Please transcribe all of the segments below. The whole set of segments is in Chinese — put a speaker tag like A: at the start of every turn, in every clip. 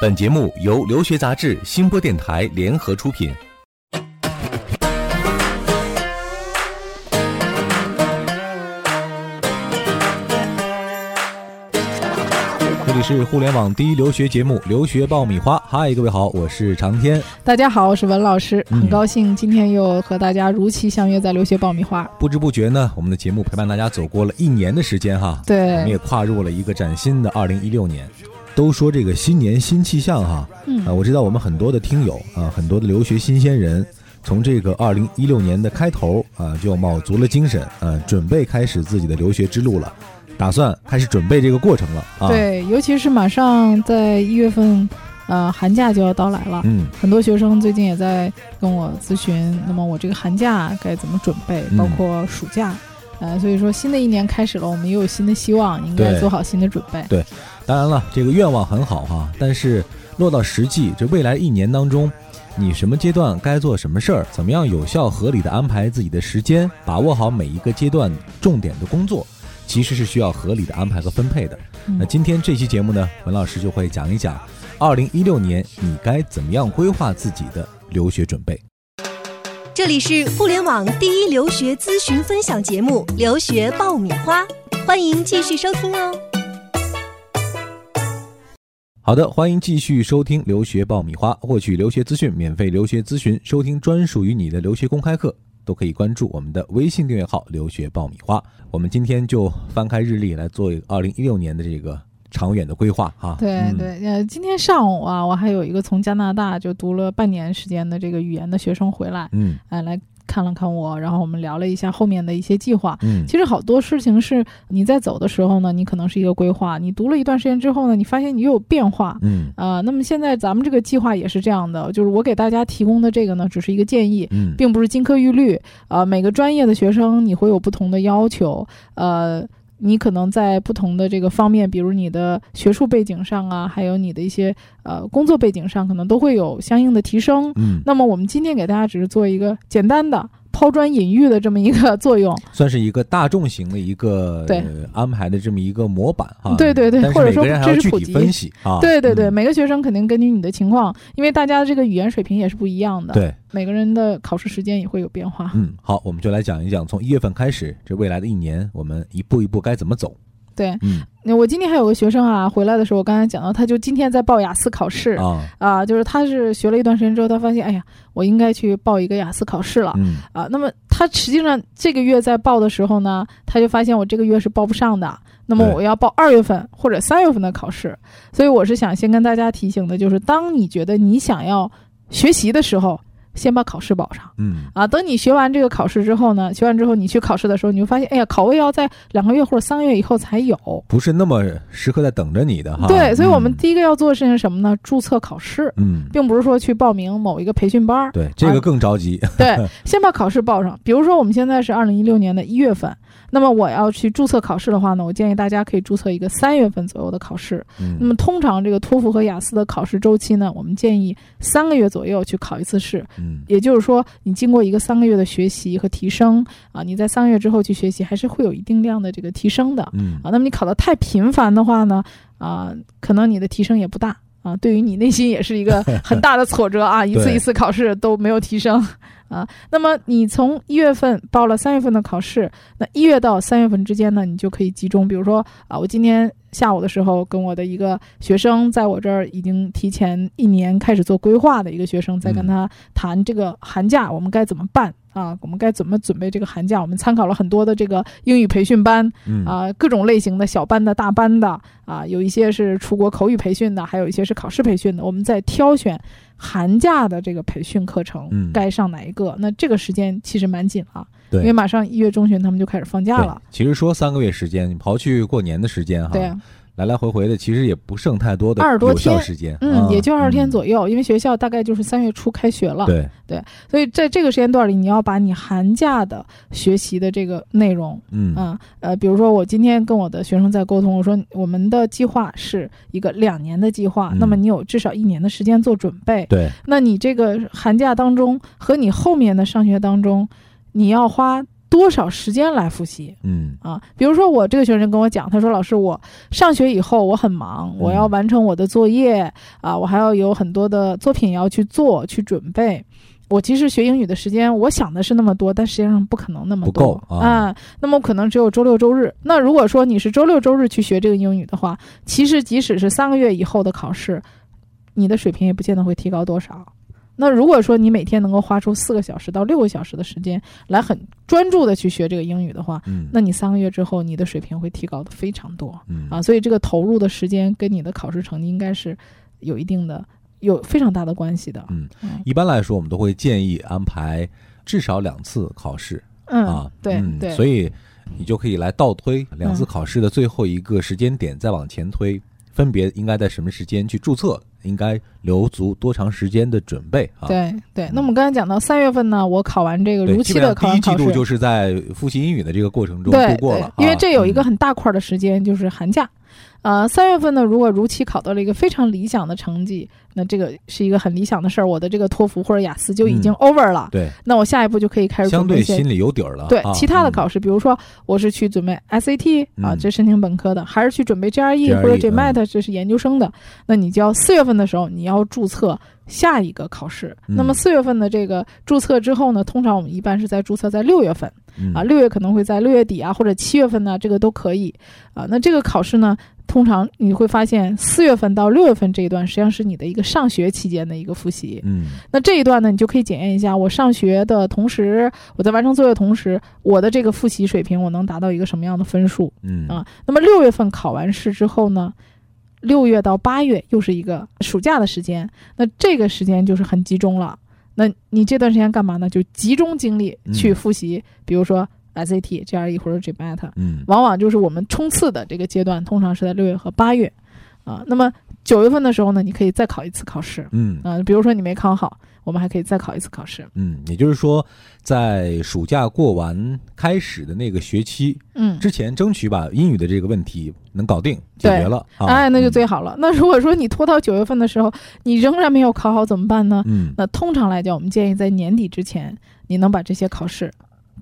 A: 本节目由留学杂志、新播电台联合出品。这里是互联网第一留学节目《留学爆米花》。嗨，各位好，我是长天。
B: 大家好，我是文老师，
A: 嗯
B: 很高兴今天又和大家如期相约在留学爆米花。
A: 不知不觉呢，我们的节目陪伴大家走过了一年的时间哈。我们
B: 对
A: 也，跨入了一个崭新的二零一六年。都说这个新年新气象哈，
B: 嗯
A: 啊，我知道我们很多的听友啊，很多的留学新鲜人，从这个二零一六年的开头啊，就卯足了精神，啊，准备开始自己的留学之路了，打算开始准备这个过程了啊。，
B: 对，尤其是马上在一月份，呃，寒假就要到来了。
A: 嗯，
B: 很多学生最近也在跟我咨询，那么我这个寒假该怎么准备，包
A: 嗯
B: 括暑假，呃，所以说新的一年开始了，我们又有新的希望，应该
A: 对
B: 做好新的准备。
A: 当然了，这个愿望很好哈，但是落到实际，这未来一年当中，你什么阶段该做什么事儿，怎么样有效合理的安排自己的时间，把握好每一个阶段重点的工作，其实是需要合理的安排和分配的。
B: 嗯
A: 那今天这期节目呢，文老师就会讲一讲，二零一六年你该怎么样规划自己的留学准备。
C: 这里是互联网第一留学咨询分享节目《留学爆米花》，欢迎继续收听哦。
A: 好的，欢迎继续收听留学爆米花，获取留学资讯、免费留学咨询、收听专属于你的留学公开课，都可以关注我们的微信订阅号“留学爆米花”。我们今天就翻开日历来做二零一六年的这个长远的规划哈。
B: 对
A: 嗯，
B: 对，呃，今天上午啊，我还有一个从加拿大就读了半年时间的这个语言的学生回来，
A: 嗯
B: 哎，来看了看我，然后我们聊了一下后面的一些计划。
A: 嗯
B: 其实好多事情是你在走的时候呢，你可能是一个规划，你读了一段时间之后呢，你发现你又有变化。
A: 嗯
B: 啊、那么现在咱们这个计划也是这样的，就是我给大家提供的这个呢，只是一个建议，
A: 嗯
B: 并不是金科玉律。啊，每个专业的学生你会有不同的要求，呃，你可能在不同的这个方面，比如你的学术背景上啊，还有你的一些呃工作背景上，可能都会有相应的提升。
A: 嗯，
B: 那么我们今天给大家只是做一个简单的抛砖引玉的这么一个作 用，
A: 算是一个大众型的一个
B: 对
A: 呃安排的这么一个模板哈。
B: 对对对
A: 但是
B: 或者
A: 每个
B: 说
A: 人还
B: 知
A: 要
B: 识
A: 具
B: 普
A: 体
B: 及
A: 分析啊。
B: 对对对，
A: 嗯
B: 每个学生肯定根据你的情况，因为大家的这个语言水平也是不一样的，
A: 对，
B: 每个人的考试时间也会有变化。
A: 嗯，好，我们就来讲一讲从一月份开始，这未来的一年，我们一步一步该怎么走。
B: 对，
A: 嗯
B: 那我今天还有个学生啊，回来的时候我刚才讲到，他就今天在报雅思考试
A: 啊，
B: 啊，就是他是学了一段时间之后，他发现，哎呀，我应该去报一个雅思考试了、
A: 嗯
B: 啊。那么他实际上这个月在报的时候呢，他就发现我这个月是报不上的，那么
A: 对
B: 我要报二月份或者三月份的考试。所以我是想先跟大家提醒的，就是当你觉得你想要学习的时候，先把考试报上。
A: 嗯
B: 啊，等你学完这个考试之后呢，学完之后你去考试的时候，你会发现，哎呀，考位要在两个月或者三个月以后才有。
A: 不是那么时刻在等着你的哈。
B: 对，所以我们
A: 嗯
B: 第一个要做的事情是什么呢？注册考试，
A: 嗯，
B: 并不是说去报名某一个培训班儿。
A: 对这个更着 急。
B: 对，先把考试报上。比如说我们现在是二零一六年的一月份，那么我要去注册考试的话呢，我建议大家可以注册一个三月份左右的考试。那
A: 嗯
B: 么通常这个托福和雅思的考试周期呢，我们建议三个月左右去考一次试。
A: 嗯
B: 也就是说，你经过一个三个月的学习和提升啊，你在三个月之后去学习，还是会有一定量的这个提升的啊。
A: 嗯
B: 那么你考得太频繁的话呢，啊，可能你的提升也不大啊，对于你内心也是 一个很大的挫折啊，一次
A: 对
B: 一次考试都没有提升啊。那么你从一月份报了三月份的考试，那一月到三月份之间呢，你就可以集中，比如说啊，我今天。下午的时候，跟我的一个学生，在我这儿已经提前一年开始做规划的一个学生，在跟
A: 嗯
B: 他谈这个寒假我们该怎么办啊？我们该怎么准备这个寒假？我们参考了很多的这个英语培训班
A: 嗯
B: 啊、各种类型的小班的、大班的啊，有一些是出国口语培训的，还有一些是考试培训的。我们在挑选寒假的这个培训课程，
A: 嗯
B: 该上哪一个？那这个时间其实蛮紧了，因为
A: 对。
B: 马上一月中旬他们就开始放假
A: 对
B: 了，，
A: 其实说三个月时间，你刨去过年的时间哈，
B: 对，啊
A: 来来回回的，其实也不剩太多的
B: 20多
A: 有效
B: 天
A: 时间，
B: 嗯，也就二十天
A: 右。
B: 左右，因为学校大概就是三月初开学了，
A: 对，
B: 所以在这个时间段里，你要把你寒假的学习的这个内容
A: 嗯
B: 嗯，呃，比如说我今天跟我的学生在沟通，我说我们的计划是一个两年的计划，那么
A: 嗯
B: 你有至少一年的时间做准备。
A: 对，
B: 那你这个寒假当中和你后面的上学当中，你要花多少时间来复习
A: 嗯
B: 啊？比如说我这个学生跟我讲，他说老师，我上学以后我很忙，
A: 嗯
B: 我要完成我的作业啊，我还要有很多的作品要去做去准备。我其实学英语的时间，我想的是那么多，但实际上不可能那么
A: 不
B: 多
A: 够啊
B: 那么可能只有周六周日。那如果说你是周六周日去学这个英语的话，其实即使是三个月以后的考试，你的水平也不见得会提高多少。那如果说你每天能够花出四个小时到六个小时的时间来很专注的去学这个英语的话，
A: 嗯，
B: 那你三个月之后你的水平会提高的非常多
A: 嗯
B: 啊！所以这个投入的时间跟你的考试成绩应该是有一定的、有非常大的关系的。
A: 嗯一般来说，我们都会建议安排至少两次考试
B: 嗯
A: 啊，，
B: 对
A: 嗯
B: 对，
A: 所
B: 以
A: 以你就可以来倒推两次
B: 嗯
A: 考试的最后一个时间点，再往前推，分别应该在什么时间去注册，应该留足多长时间的准备啊？
B: 对对。那我们刚才讲到三月份呢，我考完这个
A: 对，
B: 如
A: 基
B: 期
A: 本
B: 的
A: 上
B: 考
A: 第一
B: 完
A: 季
B: 考
A: 度
B: 试，
A: 就是在复习英语的这个过程中
B: 对
A: 度过了，
B: 对，因为
A: 啊
B: 这有一个
A: 嗯
B: 很大块儿的时间就是寒假。呃，三月份呢，如果如期考到了一个非常理想的成绩，那这个是一个很理想的事儿。我的这个托福或者雅思就已经
A: 嗯
B: over 了，
A: 对
B: 那我下一步就可以开始
A: 相
B: 准备
A: 对
B: 一些
A: 心里有底儿了。
B: 对
A: 啊
B: 其他的考
A: 嗯
B: 试，比如说我是去准备 SAT
A: 嗯
B: 啊，
A: E，
B: 这申请本科的，还是去准备 GRE 或
A: GRE
B: 者 GMAT，这是研究生的，那你就要四月份的时候你要注册下一个考试。
A: 嗯
B: 那么四月份的这个注册之后呢，通常我们一般是在注册在六月份
A: 嗯
B: 啊，六月可能会在六月底啊或者七月份呢，这个都可以啊。那这个考试呢？通常你会发现，四月份到六月份这一段，实际上是你的一个上学期间的一个复习。
A: 嗯
B: 那这一段呢，你就可以检验一下，我上学的同时，我在完成作业的同时，我的这个复习水平，我能达到一个什么样的分数
A: 嗯
B: 啊？那么六月份考完试之后呢，六月到八月又是一个暑假的时间，那这个时间就是很集中了。那你这段时间干嘛呢？就集中精力去
A: 嗯
B: 复习，比如说 SAT、GRE E 或者 GMAT。
A: 嗯
B: 往往就是我们冲刺的这个阶段，通常是在六月和八月，啊，那么九月份的时候呢，你可以再考一次考试，
A: 嗯
B: 嗯、比如说你没考好，我们还可以再考一次考试。
A: 嗯，也就是说，在暑假过完开始的那个学期
B: 嗯，
A: 之前，争取把英语的这个问题能搞定解决了啊。
B: 哎，那就
A: 嗯
B: 最好了。那如果说你拖到九月份的时候，你仍然没有考好怎么办呢？
A: 嗯，
B: 那通常来讲，我们建议在年底之前，你能把这些考试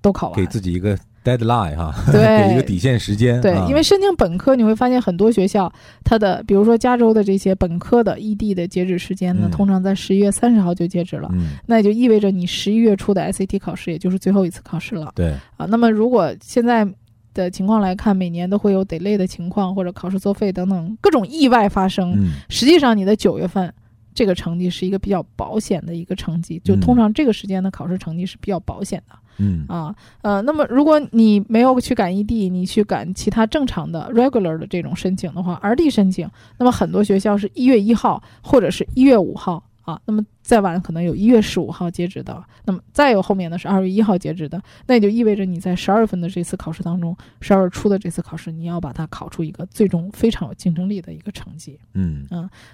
B: 都考完
A: 给。自己一个 deadline 哈， 给一个
B: 对。
A: 底线时间。
B: 对
A: 啊，
B: 因为申请本科，你会发现很多学校，它的比如说加州的这些本科的异地的截止时间呢
A: 嗯，
B: 通常在十一月三十号就截止了。
A: 嗯
B: 那也就意味着你十一月初的 SAT 考试，也就是最后一次考试了。
A: 对
B: 啊。那么如果现在的情况来看，每年都会有 delay 的情况，或者考试作废等等各种意外发生。
A: 嗯
B: 实际上，你的九月份这个成绩是一个比较保险的一个成绩，就
A: 嗯
B: 通常这个时间的考试成绩是比较保险的。
A: 嗯
B: 啊，呃，那么如果你没有去赶异地，你去赶其他正常的 regular 的这种申请的话，R D 申请，那么很多学校是一月一号或者是一月五号啊，那么再晚可能有一月十五号截止的，那么再有后面呢是二月一号截止的，那也就意味着你在十二月份的这次考试当中，十二月初的这次考试，你要把它考出一个最终非常有竞争力的一个成绩。
A: 嗯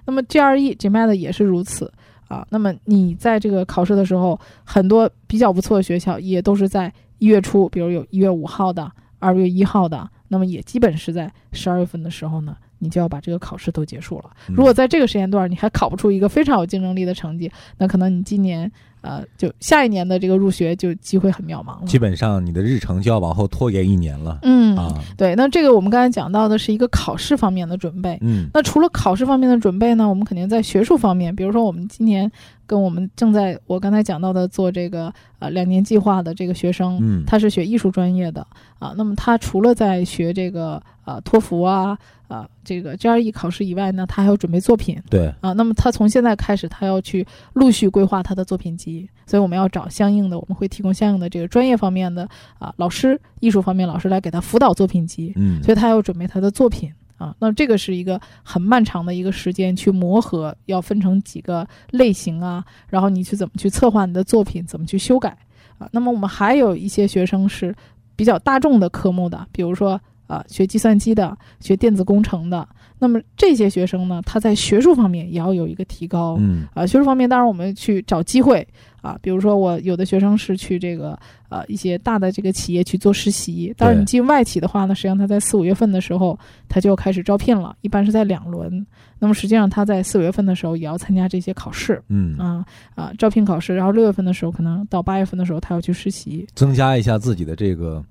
B: 那么 E GRE、GMAT 也是如此啊。那么你在这个考试的时候，很多比较不错的学校也都是在一月初，比如有一月五号的、二月一号的，那么也基本是在十二月份的时候呢，你就要把这个考试都结束了。
A: 嗯
B: 如果在这个时间段你还考不出一个非常有竞争力的成绩，那可能你今年呃，就下一年的这个入学就机会很渺茫
A: 嗯基
B: 了。
A: 本上你的日程就要往后拖延一年了
B: 嗯，
A: 啊。
B: 对，那这个我们刚才讲到的是一个考试方面的准备，
A: 嗯
B: 那除了考试方面的准备呢，我们肯定在学术方面，比如说我们今年跟我们正在我刚才讲到的做这个呃两年计划的这个学生，
A: 嗯
B: 他是学艺术专业的啊，那么他除了在学这个呃托福啊啊这个 GRE 考试以外呢，他还要准备作品。
A: 对
B: 啊，那么他从现在开始，他要去陆续规划他的作品集，所以我们要找相应的，我们会提供相应的这个专业方面的啊老师，艺术方面老师来给他辅导作品集，
A: 嗯
B: 所以他要准备他的作品啊。那这个是一个很漫长的一个时间去磨合，要分成几个类型啊，然后你去怎么去策划你的作品，怎么去修改啊。那么我们还有一些学生是比较大众的科目的，比如说啊、学计算机的、学电子工程的。那么这些学生呢，他在学术方面也要有一个提高。
A: 嗯
B: 啊，学术方面，当然我们去找机会啊，比如说我有的学生是去这个呃一些大的这个企业去做实习，当然你
A: 对
B: 进外企的话呢，实际上他在四五月份的时候他就开始招聘了，一般是在两轮。那么实际上他在四五月份的时候也要参加这些考试
A: 嗯，
B: 啊啊招聘考试，然后六月份的时候可能到八月份的时候他要去实习，
A: 增加一下自己的这个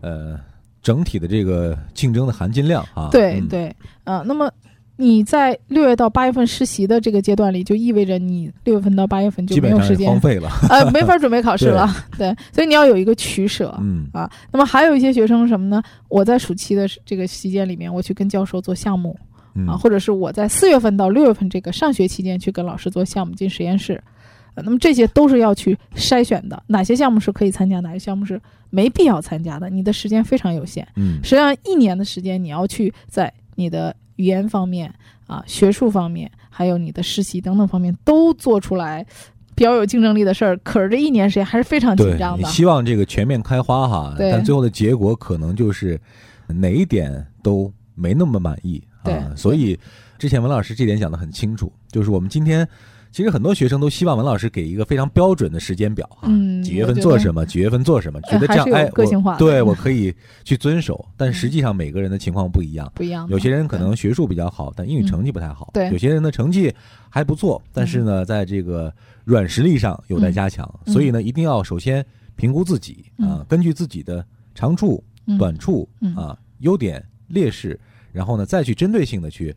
A: 呃整体的这个竞争的含金量啊。
B: 对
A: 嗯，
B: 对，呃，那么你在六月到八月份实习的这个阶段里，就意味着你六月份到八月份就
A: 基
B: 没
A: 本
B: 有
A: 上
B: 时
A: 是荒
B: 间，
A: 废了。
B: 呃，没法准备考试
A: 对
B: 了。 对，所以你要有一个取舍。啊
A: 嗯
B: 那么还有一些学生什么呢？我在暑期的这个期间里面，我去跟教授做项目
A: 嗯
B: 啊，或者是我在四月份到六月份这个上学期间去跟老师做项目进实验室。呃那么这些都是要去筛选的，哪些项目是可以参加，哪些项目是没必要参加的。你的时间非常有限，
A: 嗯
B: 实际上一年的时间，你要去在你的语言方面啊、学术方面，还有你的实习等等方面都做出来呃比较有竞争力的事儿。可是这一年时间还是非常紧
A: 对
B: 张，
A: 你
B: 的。
A: 希望这个全面开花哈，
B: 对
A: 但最后的结果可能就是哪一点都没那么满意
B: 对
A: 啊。所以之前文老师这点讲得很清楚，就是我们今天其实很多学生都希望文老师给一个非常标准的时间表啊，
B: 嗯
A: 几月份
B: 我觉
A: 做
B: 得
A: 什么，几月份做什么，觉
B: 呃
A: 得这
B: 还
A: 样
B: 是有
A: 哎，
B: 个性化
A: 我
B: 的
A: 对
B: 嗯
A: 我可以去遵守。但实际上每个人的情况不一样。
B: 不一样的。
A: 有些人可能学术比较好，但英语成绩不太好。
B: 嗯对
A: 有些人的成绩还不错，但是呢，在这个软实力上有待加强。
B: 嗯
A: 所以呢，一定要首先评估自己
B: 嗯
A: 啊，根据自己的长处、
B: 嗯
A: 短处
B: 嗯
A: 啊、优点、劣势，然后呢，再去针对性的去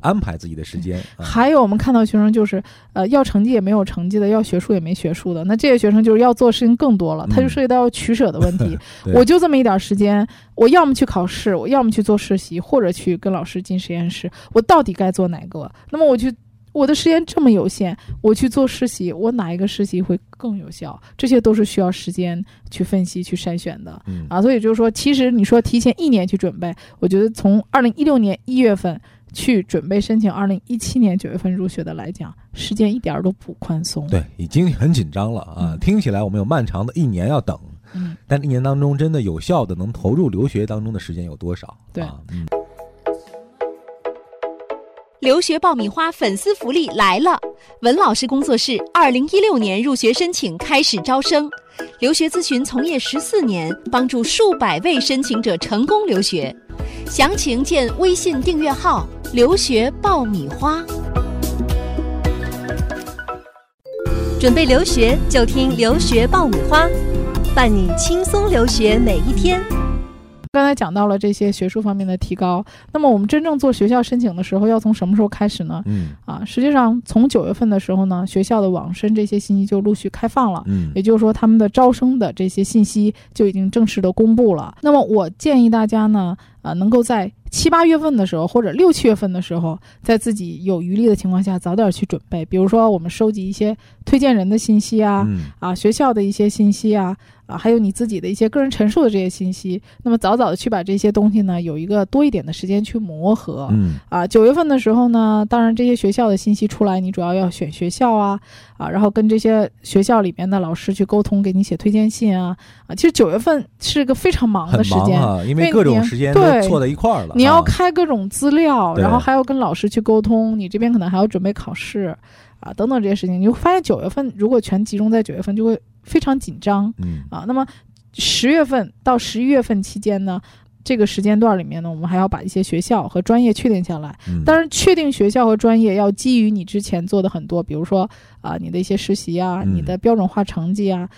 A: 安排自己的时间。啊
B: 还有我们看到学生就是，呃，要成绩也没有成绩的，要学术也没学术的。那这些学生就是要做事情更多了，他
A: 嗯。
B: 就涉及到取舍的问题
A: 对
B: 我就这么一点儿时间，我要么去考试，我要么去做实习，或者去跟老师进实验室，我到底该做哪个？那么我去。我的时间这么有限，我去做实习，我哪一个实习会更有效？这些都是需要时间去分析、去筛选的。
A: 嗯
B: 啊，所以就是说，其实你说提前一年去准备，我觉得从二零一六年一月份去准备申请二零一七年九月份入学的来讲，时间一点儿都不宽松。，
A: 对，已经很紧张了啊！
B: 嗯
A: 听起来我们有漫长的一年要等，
B: 嗯，
A: 但一年当中真的有效的能投入留学当中的时间有多少？
B: 对
A: 啊，嗯。
C: 留学爆米花粉丝福利来了！文老师工作室二零一六年入学申请开始招生，留学咨询从业十四年，帮助数百位申请者成功留学。详情见微信订阅号“留学爆米花”。准备留学就听留学爆米花，伴你轻松留学每一天。
B: 刚才讲到了这些学术方面的提高，那么我们真正做学校申请的时候，要从什么时候开始呢？
A: 嗯
B: 啊，实际上从九月份的时候呢，学校的网申这些信息就陆续开放了。
A: 嗯
B: 也就是说，他们的招生的这些信息就已经正式的公布了。那么，我建议大家呢，啊，能够在七八月份的时候，或者六七月份的时候，在自己有余力的情况下，早点去准备。比如说，我们收集一些推荐人的信息啊，
A: 嗯
B: 啊，学校的一些信息啊，啊，还有你自己的一些个人陈述的这些信息。那么，早早的去把这些东西呢，有一个多一点的时间去磨合。
A: 嗯
B: 啊，九月份的时候呢，当然这些学校的信息出来，你主要要选学校啊，啊，然后跟这些学校里面的老师去沟通，给你写推荐信啊，啊，其实九月份是个非常忙的
A: 很
B: 时
A: 忙
B: 间，
A: 啊，因
B: 因
A: 为
B: 为
A: 各种
B: 你
A: 时间都
B: 对
A: 错在一块儿了啊。
B: 你要开各种资料，
A: 对
B: 然后还要跟老师去沟通，你这边可能还要准备考试啊，等等这些事情，你会发现九月份如果全集中在九月份，就会非常紧张
A: 嗯
B: 啊。那么十月份到十一月份期间呢，这个时间段里面呢，我们还要把一些学校和专业确定下来。
A: 嗯，
B: 当然，确定学校和专业要基于你之前做的很多，比如说啊、你的一些实习啊，
A: 嗯
B: 你的标准化成绩啊，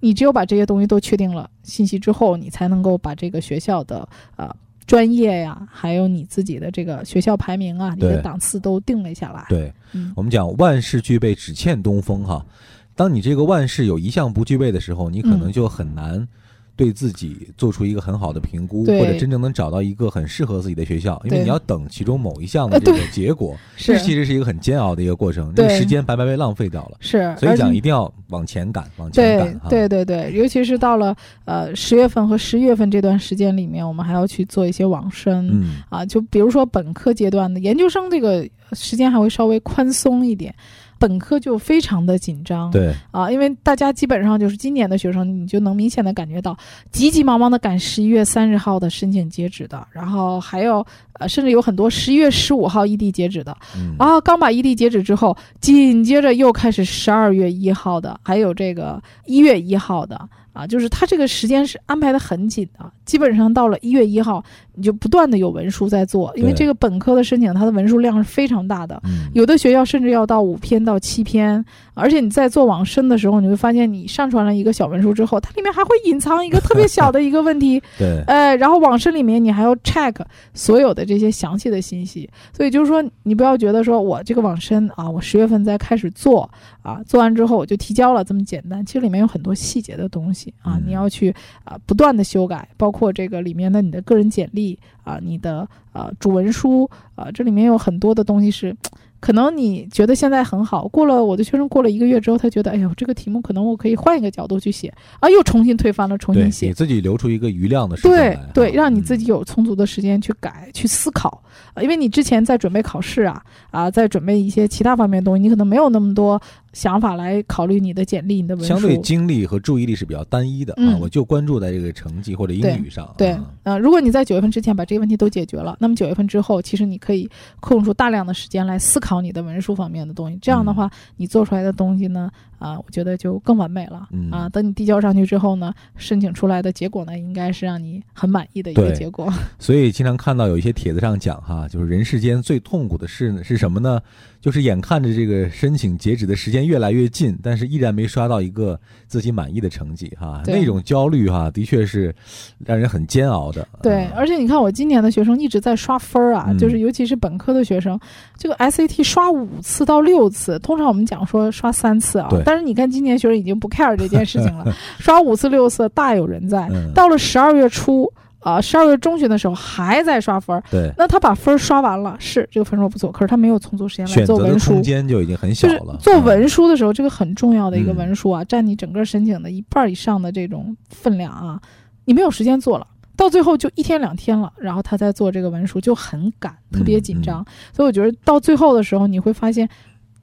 B: 你只有把这些东西都确定了信息之后，你才能够把这个学校的啊、专业呀、还有你自己的这个学校排名啊，你
A: 对
B: 的档次都定了下来。
A: 对
B: 嗯
A: 我们讲万事俱备，只欠东风哈。当你这个万事有一项不具备的时候，你可能
B: 嗯
A: 就很难对自己做出一个很好的评估，
B: 对
A: 或者真正能找到一个很适合自己的学校，因为
B: 对
A: 你要等其中某一项的
B: 呃
A: 这个
B: 对
A: 结 果，这
B: 是
A: 其实是一个很煎熬的一个过程，这个
B: 对
A: 时间白白被浪费掉了。
B: 是，
A: 所以
B: 而且
A: 讲一定要往前赶，往前
B: 对
A: 赶哈。
B: 对对对，尤其是到了呃十月份和十一月份这段时间里面，我们还要去做一些网申，
A: 嗯
B: 啊，就比如说本科阶段的研究生这个时间还会稍微宽松一点本科就非常的紧张，
A: 对，
B: 啊，因为大家基本上就是今年的学生，你就能明显的感觉到急急忙忙的赶十一月三十号的申请截止的，然后还有呃，甚至有很多十一月十五号异地截止的，
A: 嗯，
B: 啊，刚把异地截止之后，紧接着又开始十二月一号的，还有这个一月一号的啊，就是它这个时间是安排的很紧的，基本上到了一月一号，你就不断的有文书在做，因为
A: 对
B: 这个本科的申请，它的文书量是非常大的。
A: 嗯
B: 有的学校甚至要到五篇到七篇，而且你在做网申的时候，你会发现你上传了一个小文书之后，它里面还会隐藏一个特别小的一个问题，
A: 对，
B: 呃，然后网申里面你还要 check 所有的这些详细的信息，所以就是说，你不要觉得说我这个网申啊，我十月份再开始做啊，做完之后我就提交了，这么简单。其实里面有很多细节的东西啊
A: 嗯，
B: 你要去啊不断的修改，包括这个里面的你的个人简历啊，你的啊主文书啊，这里面有很多的东西是。可能你觉得现在很好，过了我的学生过了一个月之后，他觉得，哎呦，这个题目可能我可以换一个角度去写，啊，又重新推翻了，重
A: 对
B: 新，写
A: 给，自己留出一个余量的时间来
B: 对
A: 哈，
B: 对，让你自己
A: 嗯
B: 有充足的时间去改、去思考、呃因为你之前在准备考试啊啊，在准备一些其他方面的东西，你可能没有那么多想法来考虑你的简历、你的文书。
A: 相对精力和注意力是比较单一的啊，
B: 嗯
A: 我就关注在这个成绩或者英
B: 对
A: 语上啊，
B: 对，呃，如果你在九月份之前把这个问题都解决了，那么九月份之后，其实你可以空出大量的时间来思考你的文书方面的东西。这样
A: 嗯
B: 的话，你做出来的东西呢，啊、我觉得就更完美了。
A: 嗯
B: 啊，等你递交上去之后呢，申请出来的结果呢，应该是让你很满意的一个
A: 对
B: 结果。
A: 所以经常看到有一些帖子上讲哈，就是人世间最痛苦的事呢是什么呢？就是眼看着这个申请截止的时间越来越近，但是依然没刷到一个自己满意的成绩哈，
B: 对
A: 那种焦虑哈，的确是让人很煎熬的。
B: 对，
A: 嗯
B: 而且你看，我今年的学生一直在刷分儿啊，
A: 嗯
B: 就是尤其是本科的学生，这个 SAT 刷五次到六次，通常我们讲说刷三次啊
A: 对，
B: 但是你看今年学生已经不 care 这件事 情了，刷五次六次大有人在。
A: 嗯，
B: 到了十二月初啊，十、2二月中旬的时候还在刷分儿，
A: 对，
B: 那他把分儿刷完了，是这个分数不错，可是他没有充足时间来
A: 选
B: 做
A: 择的
B: 文书
A: 空。间就已经很小
B: 就是
A: 了。
B: 做
A: 嗯
B: 文书的时候，这个很重要的一个
A: 嗯
B: 文书啊，占你整个申请的一半以上的这种分量啊，你没有时间做了。到最后就一天两天了，然后他再做这个文书就很赶，特别紧张。
A: 嗯
B: 所以我觉得到最后的时候，你会发现，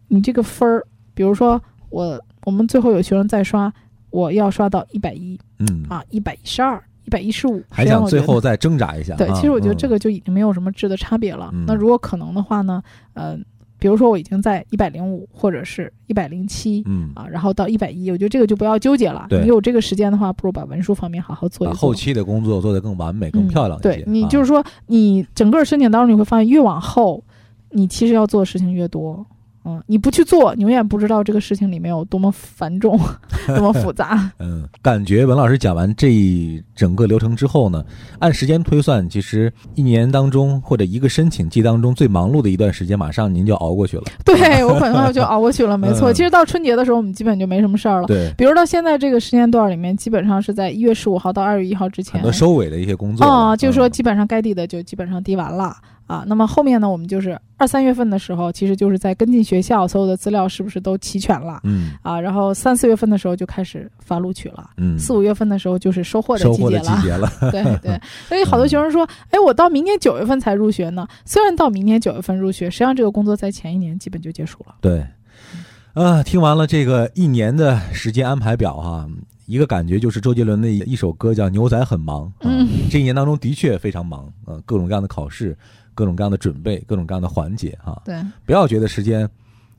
B: 你这个分儿，比如说我我们最后有学生在刷，我要刷到一百一
A: 嗯，
B: 啊，一百一十二，一百一十五，
A: 还
B: 这样
A: 想
B: 我
A: 最
B: 觉得
A: 后再挣扎一下。
B: 对，
A: 啊
B: 其实我觉得
A: 嗯
B: 这个就已经没有什么质的差别了。
A: 嗯
B: 那如果可能的话呢，呃，比如说我已经在一百零五或者是一百零七
A: 嗯，
B: 啊，然后到一百一，我觉得这个就不要纠结了。
A: 对
B: 你有这个时间的话，不如把文书方面好好做一
A: 把
B: 做。
A: 后期的工作做得更完美、更
B: 嗯
A: 漂亮一些。
B: 对你
A: 啊
B: 就是说，你整个申请当中你会发现，越往后，你其实要做的事情越多。嗯，你不去做，你永远不知道这个事情里面有多么繁重， 多么复杂。
A: 嗯，感觉文老师讲完这一整个流程之后呢，按时间推算，其实一年当中或者一个申请季当中最忙碌的一段时间，马上您就熬过去了。
B: 对我可能就熬过去了，没错。
A: 嗯
B: 其实到春节的时候，我们基本就没什么事儿了。
A: 对，
B: 比如到现在这个时间段里面，基本上是在一月十五号到二月一号之前
A: 很，多收尾的一些工作
B: 哦，就是说
A: 嗯
B: 基本上该递的就基本上递完了啊。那么后面呢，我们就是二三月份的时候，其实就是在跟进学校所有的资料是不是都齐全了
A: 嗯
B: 啊，然后三四月份的时候就开始发录取了。
A: 嗯，
B: 四五月份的时候就是收获的
A: 收
B: 季
A: 获
B: 节
A: 的季
B: 了，
A: 节了，
B: 对对，所以好多学生说，哎，我到明年九月份才入学呢。虽然到明年九月份入学，实际上这个工作在前一年基本就结束了。
A: 对。啊，听完了这个一年的时间安排表哈、一个感觉就是周杰伦的一首歌叫《牛仔很忙》啊，
B: 嗯
A: 这一年当中的确非常忙啊，各种各样的考试，各种各样的准备，各种各样的环节哈、
B: 对，
A: 不要觉得时间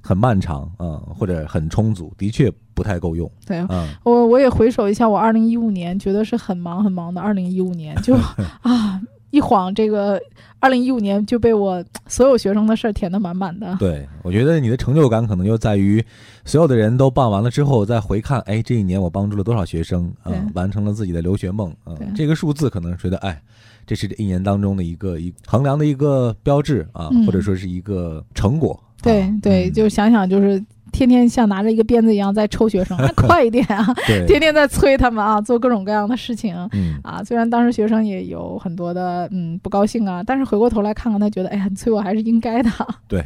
A: 很漫长啊、嗯或者很充足，的确不太够用
B: 对，
A: 啊、嗯
B: 我我也回首一下我二零一五年，觉得是很忙很忙的二零一五年， 就啊一晃这个二零一五年就被我所有学生的事儿填得满满的。
A: 对，我觉得你的成就感可能就在于所有的人都办完了之后再回看，哎，这一年我帮助了多少学生啊、
B: 对
A: 完成了自己的留学梦啊、
B: 对
A: 这个数字可能觉得哎。这是这一年当中的一个一衡量的一个标志啊，
B: 嗯
A: 或者说是一个成果。
B: 对
A: 啊
B: 对，
A: 嗯
B: 就想想就是天天像拿着一个鞭子一样在抽 学生，啊快一点啊！
A: 对，
B: 天天在催他们啊，做各种各样的事情。
A: 嗯，
B: 啊，虽然当时学生也有很多的嗯不高兴啊，但是回过头来看看，他觉得哎呀，你催我还是应该的。
A: 对，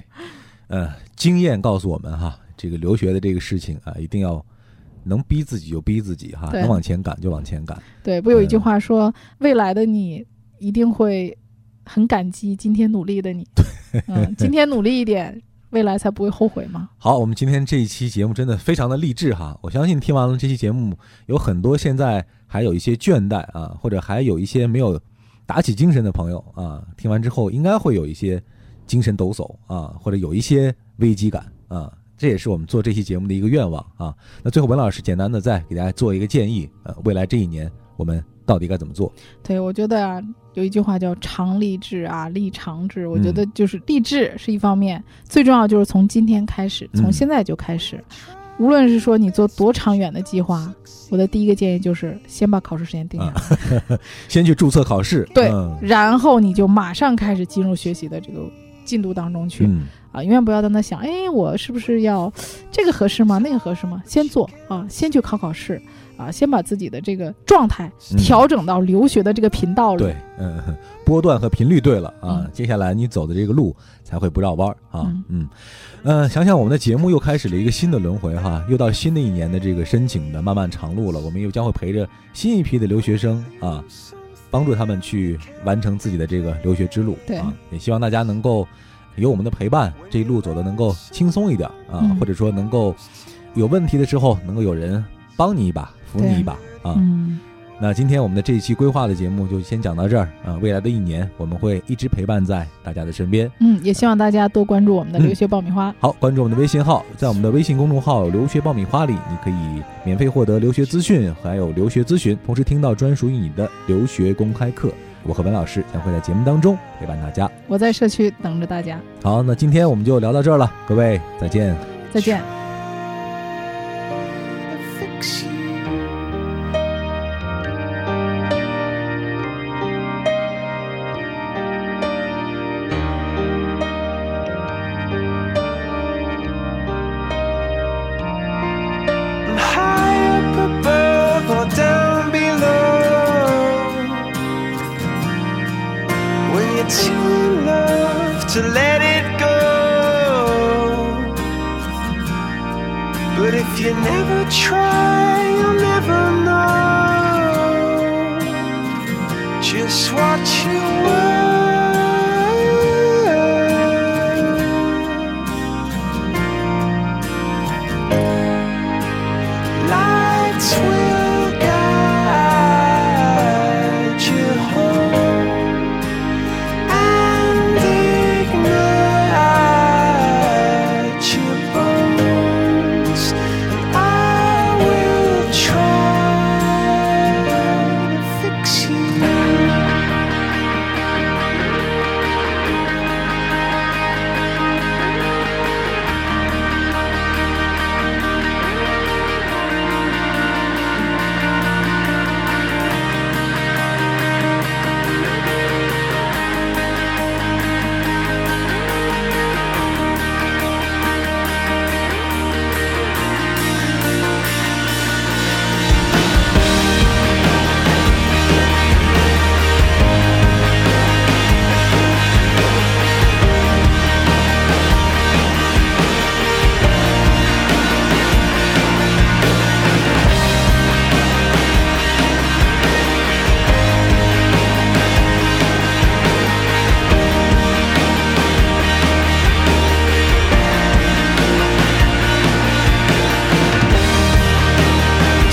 A: 呃，经验告诉我们哈，这个留学的这个事情啊，一定要能逼自己就逼自己哈，
B: 对
A: 能往前赶就往前赶。
B: 对，不有一句
A: 嗯
B: 话说，未来的你一定会很感激今天努力的你。嗯，今天努力一点，未来才不会后悔嘛。
A: 好，我们今天这一期节目真的非常的励志哈！我相信听完了这期节目，有很多现在还有一些倦怠啊，或者还有一些没有打起精神的朋友啊，听完之后应该会有一些精神抖擞啊，或者有一些危机感啊。这也是我们做这期节目的一个愿望啊。那最后，文老师简单的再给大家做一个建议，呃，未来这一年我们到底该怎么做？
B: 对，我觉得啊，有一句话叫“常立志啊，立长志”。我觉
A: 嗯
B: 得就是立志是一方面，最重要就是从今天开始，
A: 嗯
B: 从现在就开始。无论是说你做多长远的计划，我的第一个建议就是先把考试时间定下
A: 啊
B: 来，
A: 先去注册考试，
B: 对
A: 嗯
B: 然后你就马上开始进入学习的这个进度当中去、
A: 嗯
B: 啊！永远不要在那想，哎，我是不是要这个合适吗？那个合适吗？先做啊，先去考考试啊，先把自己的这个状态
A: 嗯
B: 调整到留学的这个频道里。
A: 对，嗯，波段和频率对了啊，
B: 嗯
A: 接下来你走的这个路才会不绕弯儿啊，嗯
B: 嗯
A: 呃，想想我们的节目又开始了一个新的轮回哈，又到新的一年的这个申请的漫漫长路了，我们又将会陪着新一批的留学生啊，帮助他们去完成自己的这个留学之路，
B: 对
A: 啊，也希望大家能够有我们的陪伴，这一路走的能够轻松一点啊，
B: 嗯
A: 或者说能够有问题的时候能够有人帮你一把，扶你
B: 对
A: 一把啊，
B: 嗯。
A: 那今天我们的这一期规划的节目就先讲到这儿啊、未来的一年，我们会一直陪伴在大家的身边。
B: 嗯，也希望大家多关注我们的留学爆米花。
A: 好，关注我们的微信号，在我们的微信公众号“留学爆米花”里，你可以免费获得留学资讯，还有留学咨询，同时听到专属于你的留学公开课。我和文老师将会在节目当中陪伴大家。
B: 我在社区等着大家，
A: 好，那今天我们就聊到这儿了，各位再见。
B: 再见。
D: affection.
E: I'm high up above or down below. When you're too in love to let it go. But if you never try, you'll never know. Just watch your world. Lights will guide you home and ignite your bones. And I will try to fix you.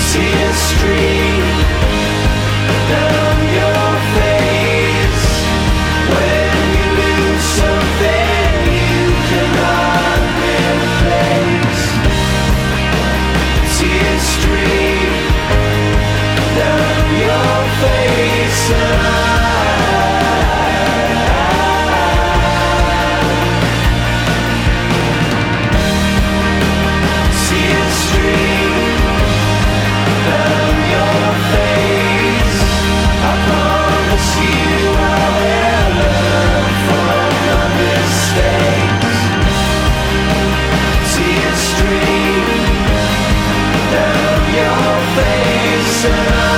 E: See a stream down your face when you lose something you cannot replace. See a stream down your face. And I see a stream down your face. I promise you I will learn from my mistakes. See it stream down your face, and I.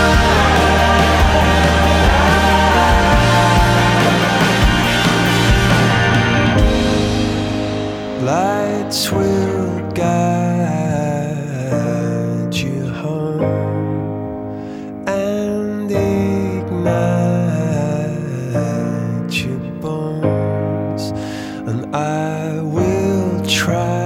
E: Lights will guide you home and ignite your bones, and I will try.